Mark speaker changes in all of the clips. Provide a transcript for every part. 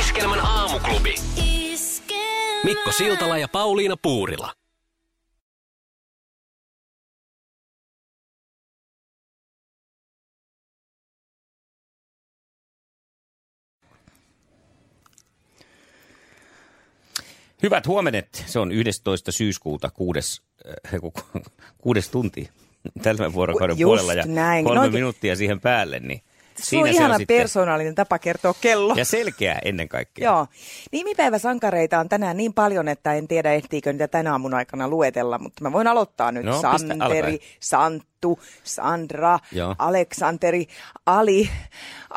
Speaker 1: Iskelmän aamuklubi. Mikko Siltala ja Pauliina Puurila.
Speaker 2: Hyvät huomenet. Se on 11. syyskuuta kuudes, äh, ku- ku- kuudes tunti tällä vuorokauden
Speaker 3: Just
Speaker 2: puolella ja
Speaker 3: näin.
Speaker 2: kolme
Speaker 3: Noikin-
Speaker 2: minuuttia siihen päälle. Niin
Speaker 3: Se on ihana persoonallinen tapa kertoa kello.
Speaker 2: Ja selkeä ennen kaikkea.
Speaker 3: Joo. Nimipäiväsankareita on tänään niin paljon, että en tiedä ehtiikö niitä tänä aamun aikana luetella, mutta mä voin aloittaa nyt.
Speaker 2: No, pistä
Speaker 3: Santeri,
Speaker 2: alkaen.
Speaker 3: Santtu, Sandra,
Speaker 2: Joo.
Speaker 3: Aleksanteri, Ali,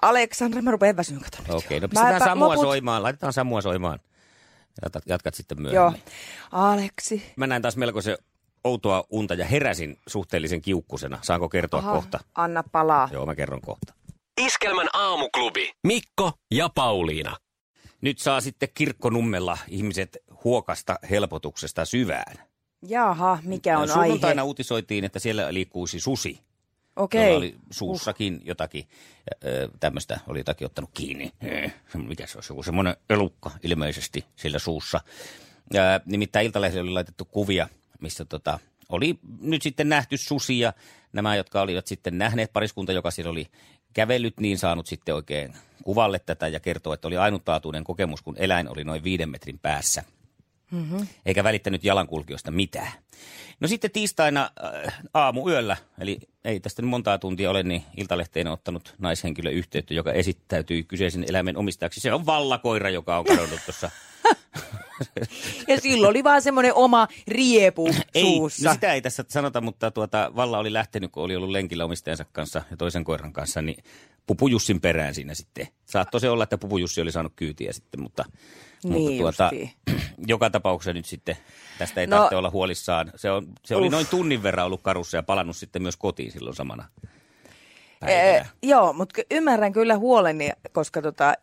Speaker 3: Aleksandra. Mä rupean väsyyn katsomaan.
Speaker 2: Okei, no pistetään
Speaker 3: Mä-
Speaker 2: Samua
Speaker 3: loput-
Speaker 2: soimaan. Laitetaan Samua soimaan. Jatkat, jatkat sitten
Speaker 3: Joo.
Speaker 2: myöhemmin.
Speaker 3: Aleksi.
Speaker 2: Mä näin taas melko se outoa unta ja heräsin suhteellisen kiukkusena. Saanko kertoa
Speaker 3: Aha,
Speaker 2: kohta?
Speaker 3: Anna palaa.
Speaker 2: Joo, mä kerron kohta.
Speaker 1: Iskelmän aamuklubi. Mikko ja Pauliina.
Speaker 2: Nyt saa sitten kirkkonummella ihmiset huokasta helpotuksesta syvään.
Speaker 3: Jaha, mikä on
Speaker 2: No,
Speaker 3: aihe?
Speaker 2: Sunnuntaina uutisoitiin, että siellä liikkuisi susi, okay.
Speaker 3: Okei.
Speaker 2: jolla oli suussakin uh. jotakin ö, tämmöistä, oli jotakin ottanut kiinni. Ö, Mikä se olisi, joku semmoinen elukka ilmeisesti siellä suussa. Ö, Nimittäin Iltalehdelle oli laitettu kuvia, missä tota, oli nyt sitten nähty susi ja nämä, jotka olivat sitten nähneet pariskunta, joka siellä oli kävellyt, niin saanut sitten oikein kuvalle tätä ja kertoo, että oli ainutlaatuinen kokemus, kun eläin oli noin viiden metrin päässä eikä välittänyt jalankulkijoista mitään. No sitten tiistaina äh, aamuyöllä, eli ei tästä nyt montaa tuntia ole, niin Iltalehteen on ottanut naishenkilö yhteyttä, joka esittäytyi kyseisen eläimen omistajaksi. Se on vallakoira, joka on kadonnut tuossa.
Speaker 3: Ja silloin oli vaan semmoinen oma riepu
Speaker 2: Ei, no
Speaker 3: suussa.
Speaker 2: sitä ei tässä sanota, mutta tuota, valla oli lähtenyt, kun oli ollut lenkillä omistajansa kanssa ja toisen koiran kanssa, niin Pupu Jussin perään siinä sitten. Saattoi se olla, että Pupu Jussi oli saanut kyytiä sitten, mutta,
Speaker 3: Niin
Speaker 2: mutta tuota,
Speaker 3: justiin.
Speaker 2: joka tapauksessa nyt sitten tästä ei
Speaker 3: No.
Speaker 2: no, tarvitse olla huolissaan. Se, on, se oli
Speaker 3: Uff.
Speaker 2: noin tunnin verran ollut karussa ja palannut sitten myös kotiin silloin samana
Speaker 3: Eh,
Speaker 2: päivänä.
Speaker 3: Ee, joo, mutta ymmärrän kyllä huoleni, koska tota,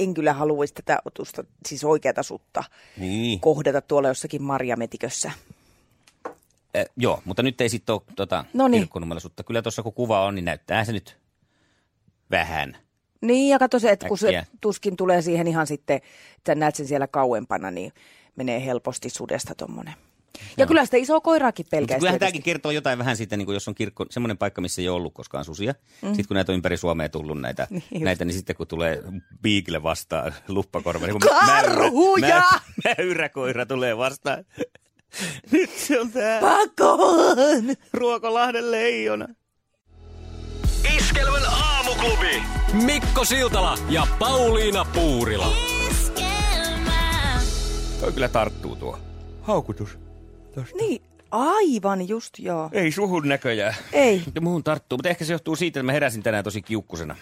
Speaker 3: en kyllä haluaisi tätä otusta, siis oikeata sutta,
Speaker 2: Niin.
Speaker 3: kohdata tuolla jossakin marjametikössä.
Speaker 2: Eh, joo, mutta nyt ei sitten ole tota,
Speaker 3: Noniin.
Speaker 2: kirkkonummelaisuutta. Kyllä tuossa kun kuva on, niin näyttää se nyt vähän.
Speaker 3: Niin, ja kato se, että kun se
Speaker 2: Äkkiä.
Speaker 3: tuskin tulee siihen ihan sitten, että näet sen siellä kauempana, niin menee helposti sudesta tuommoinen. Ja kyllä sitä isoa koiraakin
Speaker 2: Mutta
Speaker 3: pelkää.
Speaker 2: kyllähän
Speaker 3: tietysti.
Speaker 2: tämäkin kertoo jotain vähän siitä, niin kuin jos on kirkko, semmoinen paikka, missä ei ole ollut koskaan susia. Mm. Sitten kun näitä on ympäri Suomea tullut näitä,
Speaker 3: Niin
Speaker 2: niin,
Speaker 3: just.
Speaker 2: näitä niin sitten kun tulee piikille vastaan luppakorva, niin
Speaker 3: Karhuja!
Speaker 2: Mäyrä, mäyrä, mäyräkoira tulee vastaan. Nyt se on tää
Speaker 3: Pakoon!
Speaker 2: Ruokolahden leijona.
Speaker 1: Iskelmän aamuklubi. Mikko Siltala ja Pauliina Puurila.
Speaker 2: Toi kyllä tarttuu tuo. Haukutus. Tosta.
Speaker 3: Niin, aivan just joo.
Speaker 2: Ei suhun näköjään.
Speaker 3: Ei,
Speaker 2: Ja muuhun tarttuu, mutta ehkä se johtuu siitä, että mä heräsin tänään tosi kiukkusena.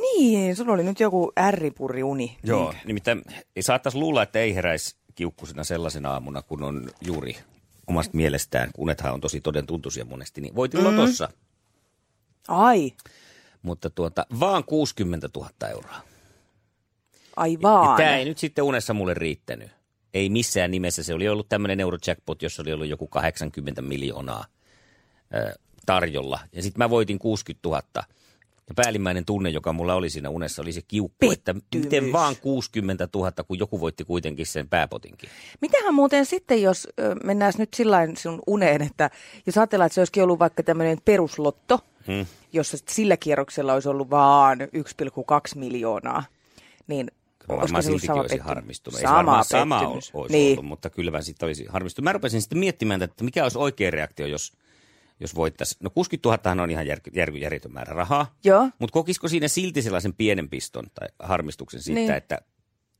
Speaker 3: niin, sulla oli nyt joku ärripurriuni.
Speaker 2: Joo, Niin. nimittäin ei saattaisi luulla, että ei heräisi kiukkusena sellaisena aamuna, kun on juuri omasta mielestään, kun unethan on tosi toden tuntuisia monesti, niin voitin mm. lotossa.
Speaker 3: Ai,
Speaker 2: Mutta tuota, vaan 60 000 euroa.
Speaker 3: ai
Speaker 2: Ja
Speaker 3: vaan.
Speaker 2: tämä ei nyt sitten unessa mulle riittänyt. Ei missään nimessä. Se oli ollut tämmöinen eurojackpot, jossa oli ollut joku 80 miljoonaa ö, tarjolla. Ja sitten mä voitin 60 000. Ja päällimmäinen tunne, joka mulla oli siinä unessa, oli se kiukku, että miten
Speaker 3: Pettymys.
Speaker 2: vaan 60 000, kun joku voitti kuitenkin sen pääpotinkin.
Speaker 3: Mitähän muuten sitten, jos ö, mennään nyt sillä sun uneen, että jos ajatellaan, että se olisikin ollut vaikka tämmöinen peruslotto, hmm. jossa sillä kierroksella olisi ollut vaan 1,2 miljoonaa, niin
Speaker 2: Mä
Speaker 3: olisiko
Speaker 2: varmaan
Speaker 3: se ollut
Speaker 2: siltikin
Speaker 3: sama
Speaker 2: olisi
Speaker 3: pettymys?
Speaker 2: harmistunut. ei se
Speaker 3: Sama
Speaker 2: varmaan sama ol-
Speaker 3: pettymys.
Speaker 2: olisi niin.
Speaker 3: niin.
Speaker 2: ollut, mutta kyllä mä sitten olisin harmistunut. Mä rupesin sitten miettimään, että mikä olisi oikea reaktio, jos, jos voittaisi. No 60 000 on ihan jär, jär, järjetön määrä rahaa.
Speaker 3: Joo.
Speaker 2: Mutta kokisiko siinä silti sellaisen pienen piston tai harmistuksen siitä,
Speaker 3: Niin.
Speaker 2: niin. että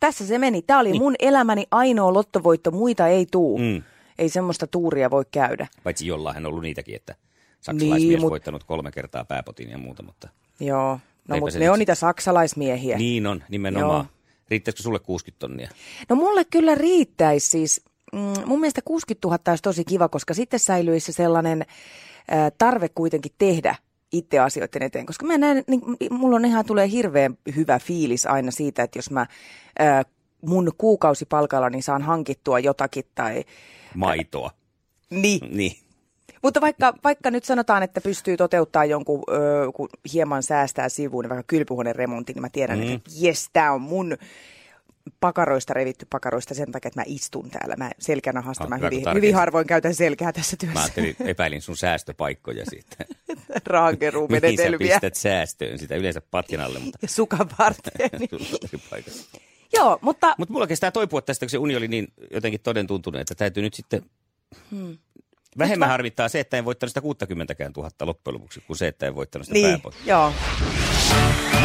Speaker 3: Tässä se meni. Tämä oli niin. mun elämäni ainoa lottovoitto, muita ei tuu. Mm. Ei semmoista tuuria voi käydä.
Speaker 2: paitsi jollain on ollut niitäkin, että saksalaismies
Speaker 3: Niin,
Speaker 2: niin,
Speaker 3: mut-
Speaker 2: voittanut kolme kertaa pääpotin ja muuta, mutta
Speaker 3: Joo. No
Speaker 2: Eipä
Speaker 3: mutta
Speaker 2: se
Speaker 3: ne
Speaker 2: nyt
Speaker 3: on
Speaker 2: sit-
Speaker 3: niitä saksalaismiehiä.
Speaker 2: niin on nimenomaan.
Speaker 3: Eh. Joo.
Speaker 2: Riittäisikö sulle 60 tonnia?
Speaker 3: No mulle kyllä riittäisi siis, mm, mun mielestä 60 000 olisi tosi kiva, koska sitten säilyisi se sellainen äh, tarve kuitenkin tehdä itse asioiden eteen, koska mä näen, niin mulla on ihan tulee hirveän hyvä fiilis aina siitä, että jos mä äh, mun kuukausipalkalla niin saan hankittua jotakin tai
Speaker 2: Maitoa.
Speaker 3: niin.
Speaker 2: Niin.
Speaker 3: Mutta vaikka, vaikka nyt sanotaan, että pystyy toteuttaa jonkun, ö, kun hieman säästää sivuun, niin vaikka kylpyhuoneen remontin, niin mä tiedän, mm. että jes, tämä on mun pakaroista revitty pakaroista sen takia, että mä istun täällä. Mä selkänahasta,
Speaker 2: Ah,
Speaker 3: mä
Speaker 2: hyvä, kun
Speaker 3: hyvin,
Speaker 2: tarkensit.
Speaker 3: hyvin harvoin käytän selkää tässä
Speaker 2: Mä
Speaker 3: työssä.
Speaker 2: ajattelin, epäilin sun säästöpaikkoja siitä. Mihin sä
Speaker 3: Rahankeruumenetelmiä
Speaker 2: pistät säästöön sitä yleensä patjan alle, mutta
Speaker 3: ja sukan varteen.
Speaker 2: sulla on eri paikassa.
Speaker 3: Joo, mutta
Speaker 2: Mutta mulla kestää toipua tästä, kun se uni oli niin jotenkin toden tuntunut, että täytyy nyt sitten... Vähemmän harvittaa se, että en voittanut sitä 60 tuhatta loppujen lopuksi, kuin se, että en voittanut sitä
Speaker 3: niin,
Speaker 2: pääpotkua.
Speaker 3: joo.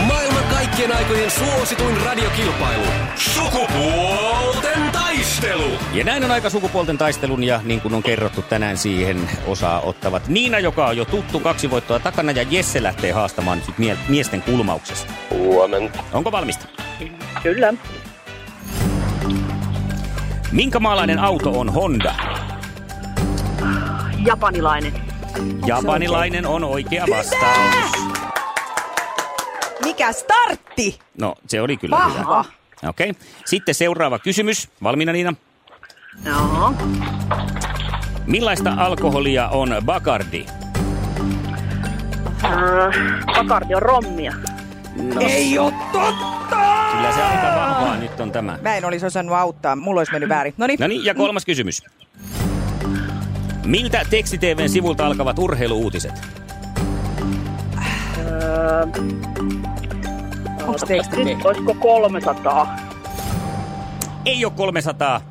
Speaker 1: Maailman kaikkien aikojen suosituin radiokilpailu. Sukupuolten taistelu.
Speaker 2: Ja näin on aika sukupuolten taistelun ja niin kuin on kerrottu tänään siihen osaa ottavat Niina, joka on jo tuttu kaksi voittoa takana ja Jesse lähtee haastamaan nyt mie- miesten kulmauksesta.
Speaker 4: Huomenta.
Speaker 2: Onko valmista?
Speaker 4: Kyllä.
Speaker 2: Minkä maalainen auto on Honda?
Speaker 4: Japanilainen.
Speaker 2: Japanilainen on oikea vastaus.
Speaker 3: Mikä startti?
Speaker 2: No, se oli kyllä
Speaker 3: Vahva.
Speaker 2: hyvä. Okei. Okay. Sitten seuraava kysymys. Valmiina Niina.
Speaker 4: Joo.
Speaker 2: Millaista alkoholia on Bacardi?
Speaker 4: Bacardi on rommia.
Speaker 2: No, Ei ole totta! Kyllä se aika vahvaa nyt on tämä.
Speaker 3: Mä en olisi osannut auttaa, mulla olisi mennyt väärin. No niin,
Speaker 2: No niin, ja kolmas kysymys. Miltä tekstiteven sivulta alkavat urheiluuutiset? niin.
Speaker 3: onko teksti tehty?
Speaker 4: Nyt olisiko 300?
Speaker 2: Ei ole 300.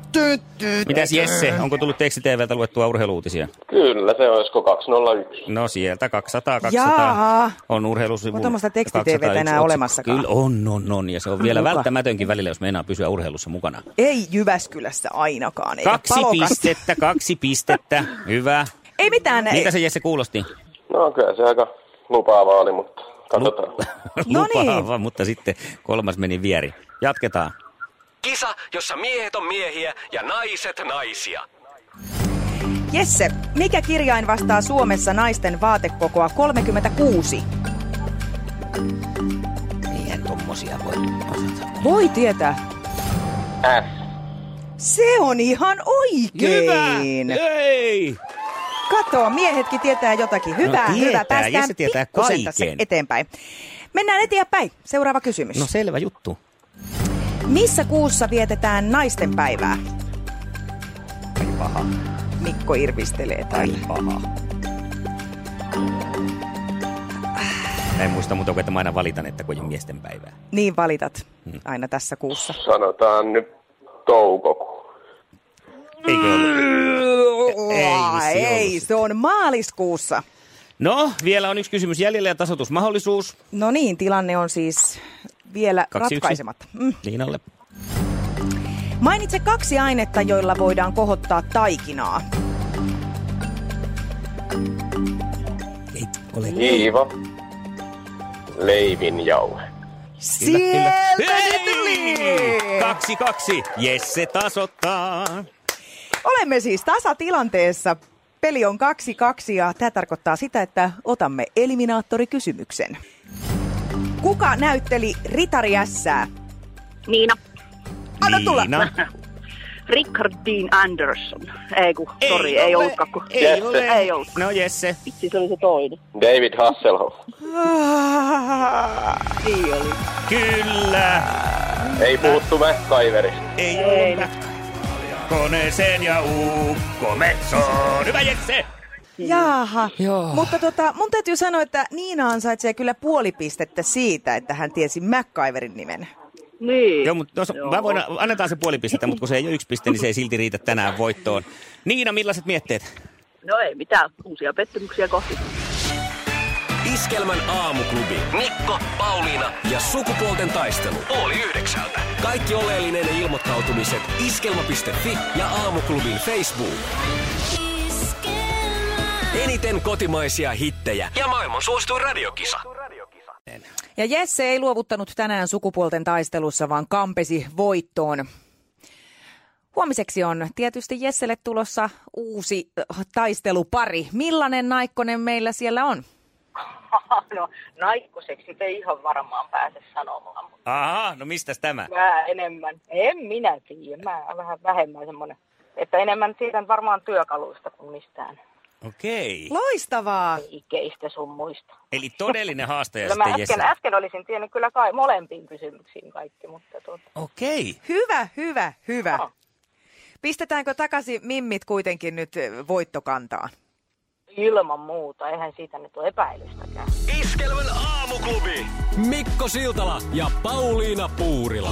Speaker 2: Mitäs Jesse, onko tullut tekstiteveltä luettua urheiluutisia?
Speaker 5: Kyllä, se olisiko 201.
Speaker 2: No sieltä 200, 200
Speaker 3: Jaa.
Speaker 2: on urheilusivu.
Speaker 3: Onko tuommoista teksti-TVtä
Speaker 2: 201
Speaker 3: enää
Speaker 2: otsikko.
Speaker 3: olemassakaan?
Speaker 2: Kyllä on, on, on. Ja se on vielä
Speaker 3: Muka.
Speaker 2: välttämätönkin välillä, jos meinaa pysyä urheilussa mukana.
Speaker 3: Ei Jyväskylässä ainakaan, eikä
Speaker 2: Kaksi
Speaker 3: Palokassa.
Speaker 2: pistettä, kaksi pistettä. Hyvä.
Speaker 3: Ei mitään.
Speaker 2: Miltä se Jesse kuulosti?
Speaker 5: No kyllä se aika lupaava oli, mutta katsotaan.
Speaker 3: No niin.
Speaker 2: Lupaava, mutta sitten kolmas meni vieri. Jatketaan.
Speaker 1: Kisa, jossa miehet on miehiä ja naiset naisia.
Speaker 3: Jesse, mikä kirjain vastaa Suomessa naisten vaatekokoa 36?
Speaker 2: Eihän tommosia voi osata.
Speaker 3: Voi tietää.
Speaker 5: S.
Speaker 3: Se on ihan oikein.
Speaker 2: Ei!
Speaker 3: Kato, miehetkin tietää jotakin. Hyvä,
Speaker 2: No tietää.
Speaker 3: hyvä.
Speaker 2: Jesse
Speaker 3: Päästään
Speaker 2: tietää
Speaker 3: pikkusen
Speaker 2: kaiken.
Speaker 3: tässä eteenpäin. Mennään eteenpäin. Seuraava kysymys.
Speaker 2: No selvä juttu.
Speaker 3: Missä kuussa vietetään naisten päivää?
Speaker 2: Ai paha,
Speaker 3: Mikko irvistelee
Speaker 2: ai
Speaker 3: täällä.
Speaker 2: paha. Mä en muista muuta kuin, että mä aina valitan, että kun ei ole miesten päivää.
Speaker 3: Niin valitat
Speaker 2: Hmm.
Speaker 3: aina tässä kuussa.
Speaker 5: Sanotaan nyt toukokuu.
Speaker 2: Eikö ollut?
Speaker 3: Aa,
Speaker 2: vissi
Speaker 3: ei
Speaker 2: ollut
Speaker 3: se on maaliskuussa.
Speaker 2: No, vielä on yksi kysymys jäljellä ja tasoitusmahdollisuus.
Speaker 3: No niin, tilanne on siis vielä
Speaker 2: Kaksi yksi.
Speaker 3: ratkaisematta. Mm.
Speaker 2: Liinalle.
Speaker 3: Mainitse kaksi ainetta, joilla voidaan kohottaa taikinaa.
Speaker 2: Ei ole.
Speaker 5: Hiiva. Leivin jauhe.
Speaker 3: Sieltä se
Speaker 2: Hei!
Speaker 3: tuli!
Speaker 2: Kaksi, kaksi. Jesse tasoittaa.
Speaker 3: Olemme siis tasatilanteessa. Peli on 2-2 ja tämä tarkoittaa sitä, että otamme eliminaattorikysymyksen. Kuka näytteli Ritari Ässää?
Speaker 4: Niina.
Speaker 3: Anna tulla.
Speaker 2: Liina.
Speaker 4: Richard Dean Anderson. Ei kun,
Speaker 2: Ei
Speaker 6: no
Speaker 4: sori, ei
Speaker 2: ole,
Speaker 4: ollutkaan. kun-
Speaker 2: Ei ole.
Speaker 4: Ei ollut.
Speaker 2: No Jesse.
Speaker 4: Vitsi, se oli se toinen.
Speaker 5: David Hasselhoff.
Speaker 4: Niin oli.
Speaker 2: Kyllä.
Speaker 5: Ei puhuttu MacGyveristä.
Speaker 2: Ei
Speaker 4: Ei.
Speaker 2: ole. Koneeseen ja ukko metsoon. Hyvä Jesse.
Speaker 3: Mm-hmm. Jaaha.
Speaker 2: Joo.
Speaker 3: Mutta tota, mun täytyy sanoa, että Niina ansaitsee kyllä puoli pistettä siitä, että hän tiesi MacGyverin nimen.
Speaker 4: Niin.
Speaker 2: Joo, mutta jos, mä voin, annetaan se puoli pistettä, mutta kun se ei ole yksi piste, niin se ei silti riitä tänään voittoon. Niina, millaiset mietteet?
Speaker 4: No ei mitään, uusia pettymyksiä kohti.
Speaker 1: Iskelmän aamuklubi. Mikko, Pauliina ja sukupuolten taistelu. Oli yhdeksältä. Kaikki oleellinen ilmoittautumiset iskelma.fi ja aamuklubin Facebook. Eniten kotimaisia hittejä ja maailman suosituin radiokisa.
Speaker 3: Ja Jesse ei luovuttanut tänään sukupuolten taistelussa, vaan kampesi voittoon. Huomiseksi on tietysti Jesselle tulossa uusi äh, taistelupari. Millainen naikkonen meillä siellä on?
Speaker 6: no, naikkoseksi te ihan varmaan pääse sanomaan, mutta
Speaker 2: Aha, no mistäs tämä?
Speaker 6: mä enemmän, en minä tiedä, mä oon vähän vähemmän semmoinen, että enemmän tiedän varmaan työkaluista kuin mistään
Speaker 2: Okei.
Speaker 3: Loistavaa!
Speaker 6: ikeistä sun muista.
Speaker 2: Eli todellinen haastaja
Speaker 6: Kyllä No mä
Speaker 2: sitten
Speaker 6: äsken,
Speaker 2: Jesse.
Speaker 6: äsken olisin tiennyt kyllä kai molempiin kysymyksiin kaikki, mutta tuota,
Speaker 2: Okei.
Speaker 3: Hyvä, hyvä, hyvä.
Speaker 6: Joo.
Speaker 3: Pistetäänkö takaisin mimmit kuitenkin nyt äh, voittokantaan?
Speaker 6: ilman muuta, eihän siitä nyt ole epäilystäkään.
Speaker 1: Iskelmän aamuklubi. Mikko Siltala ja Pauliina Puurila.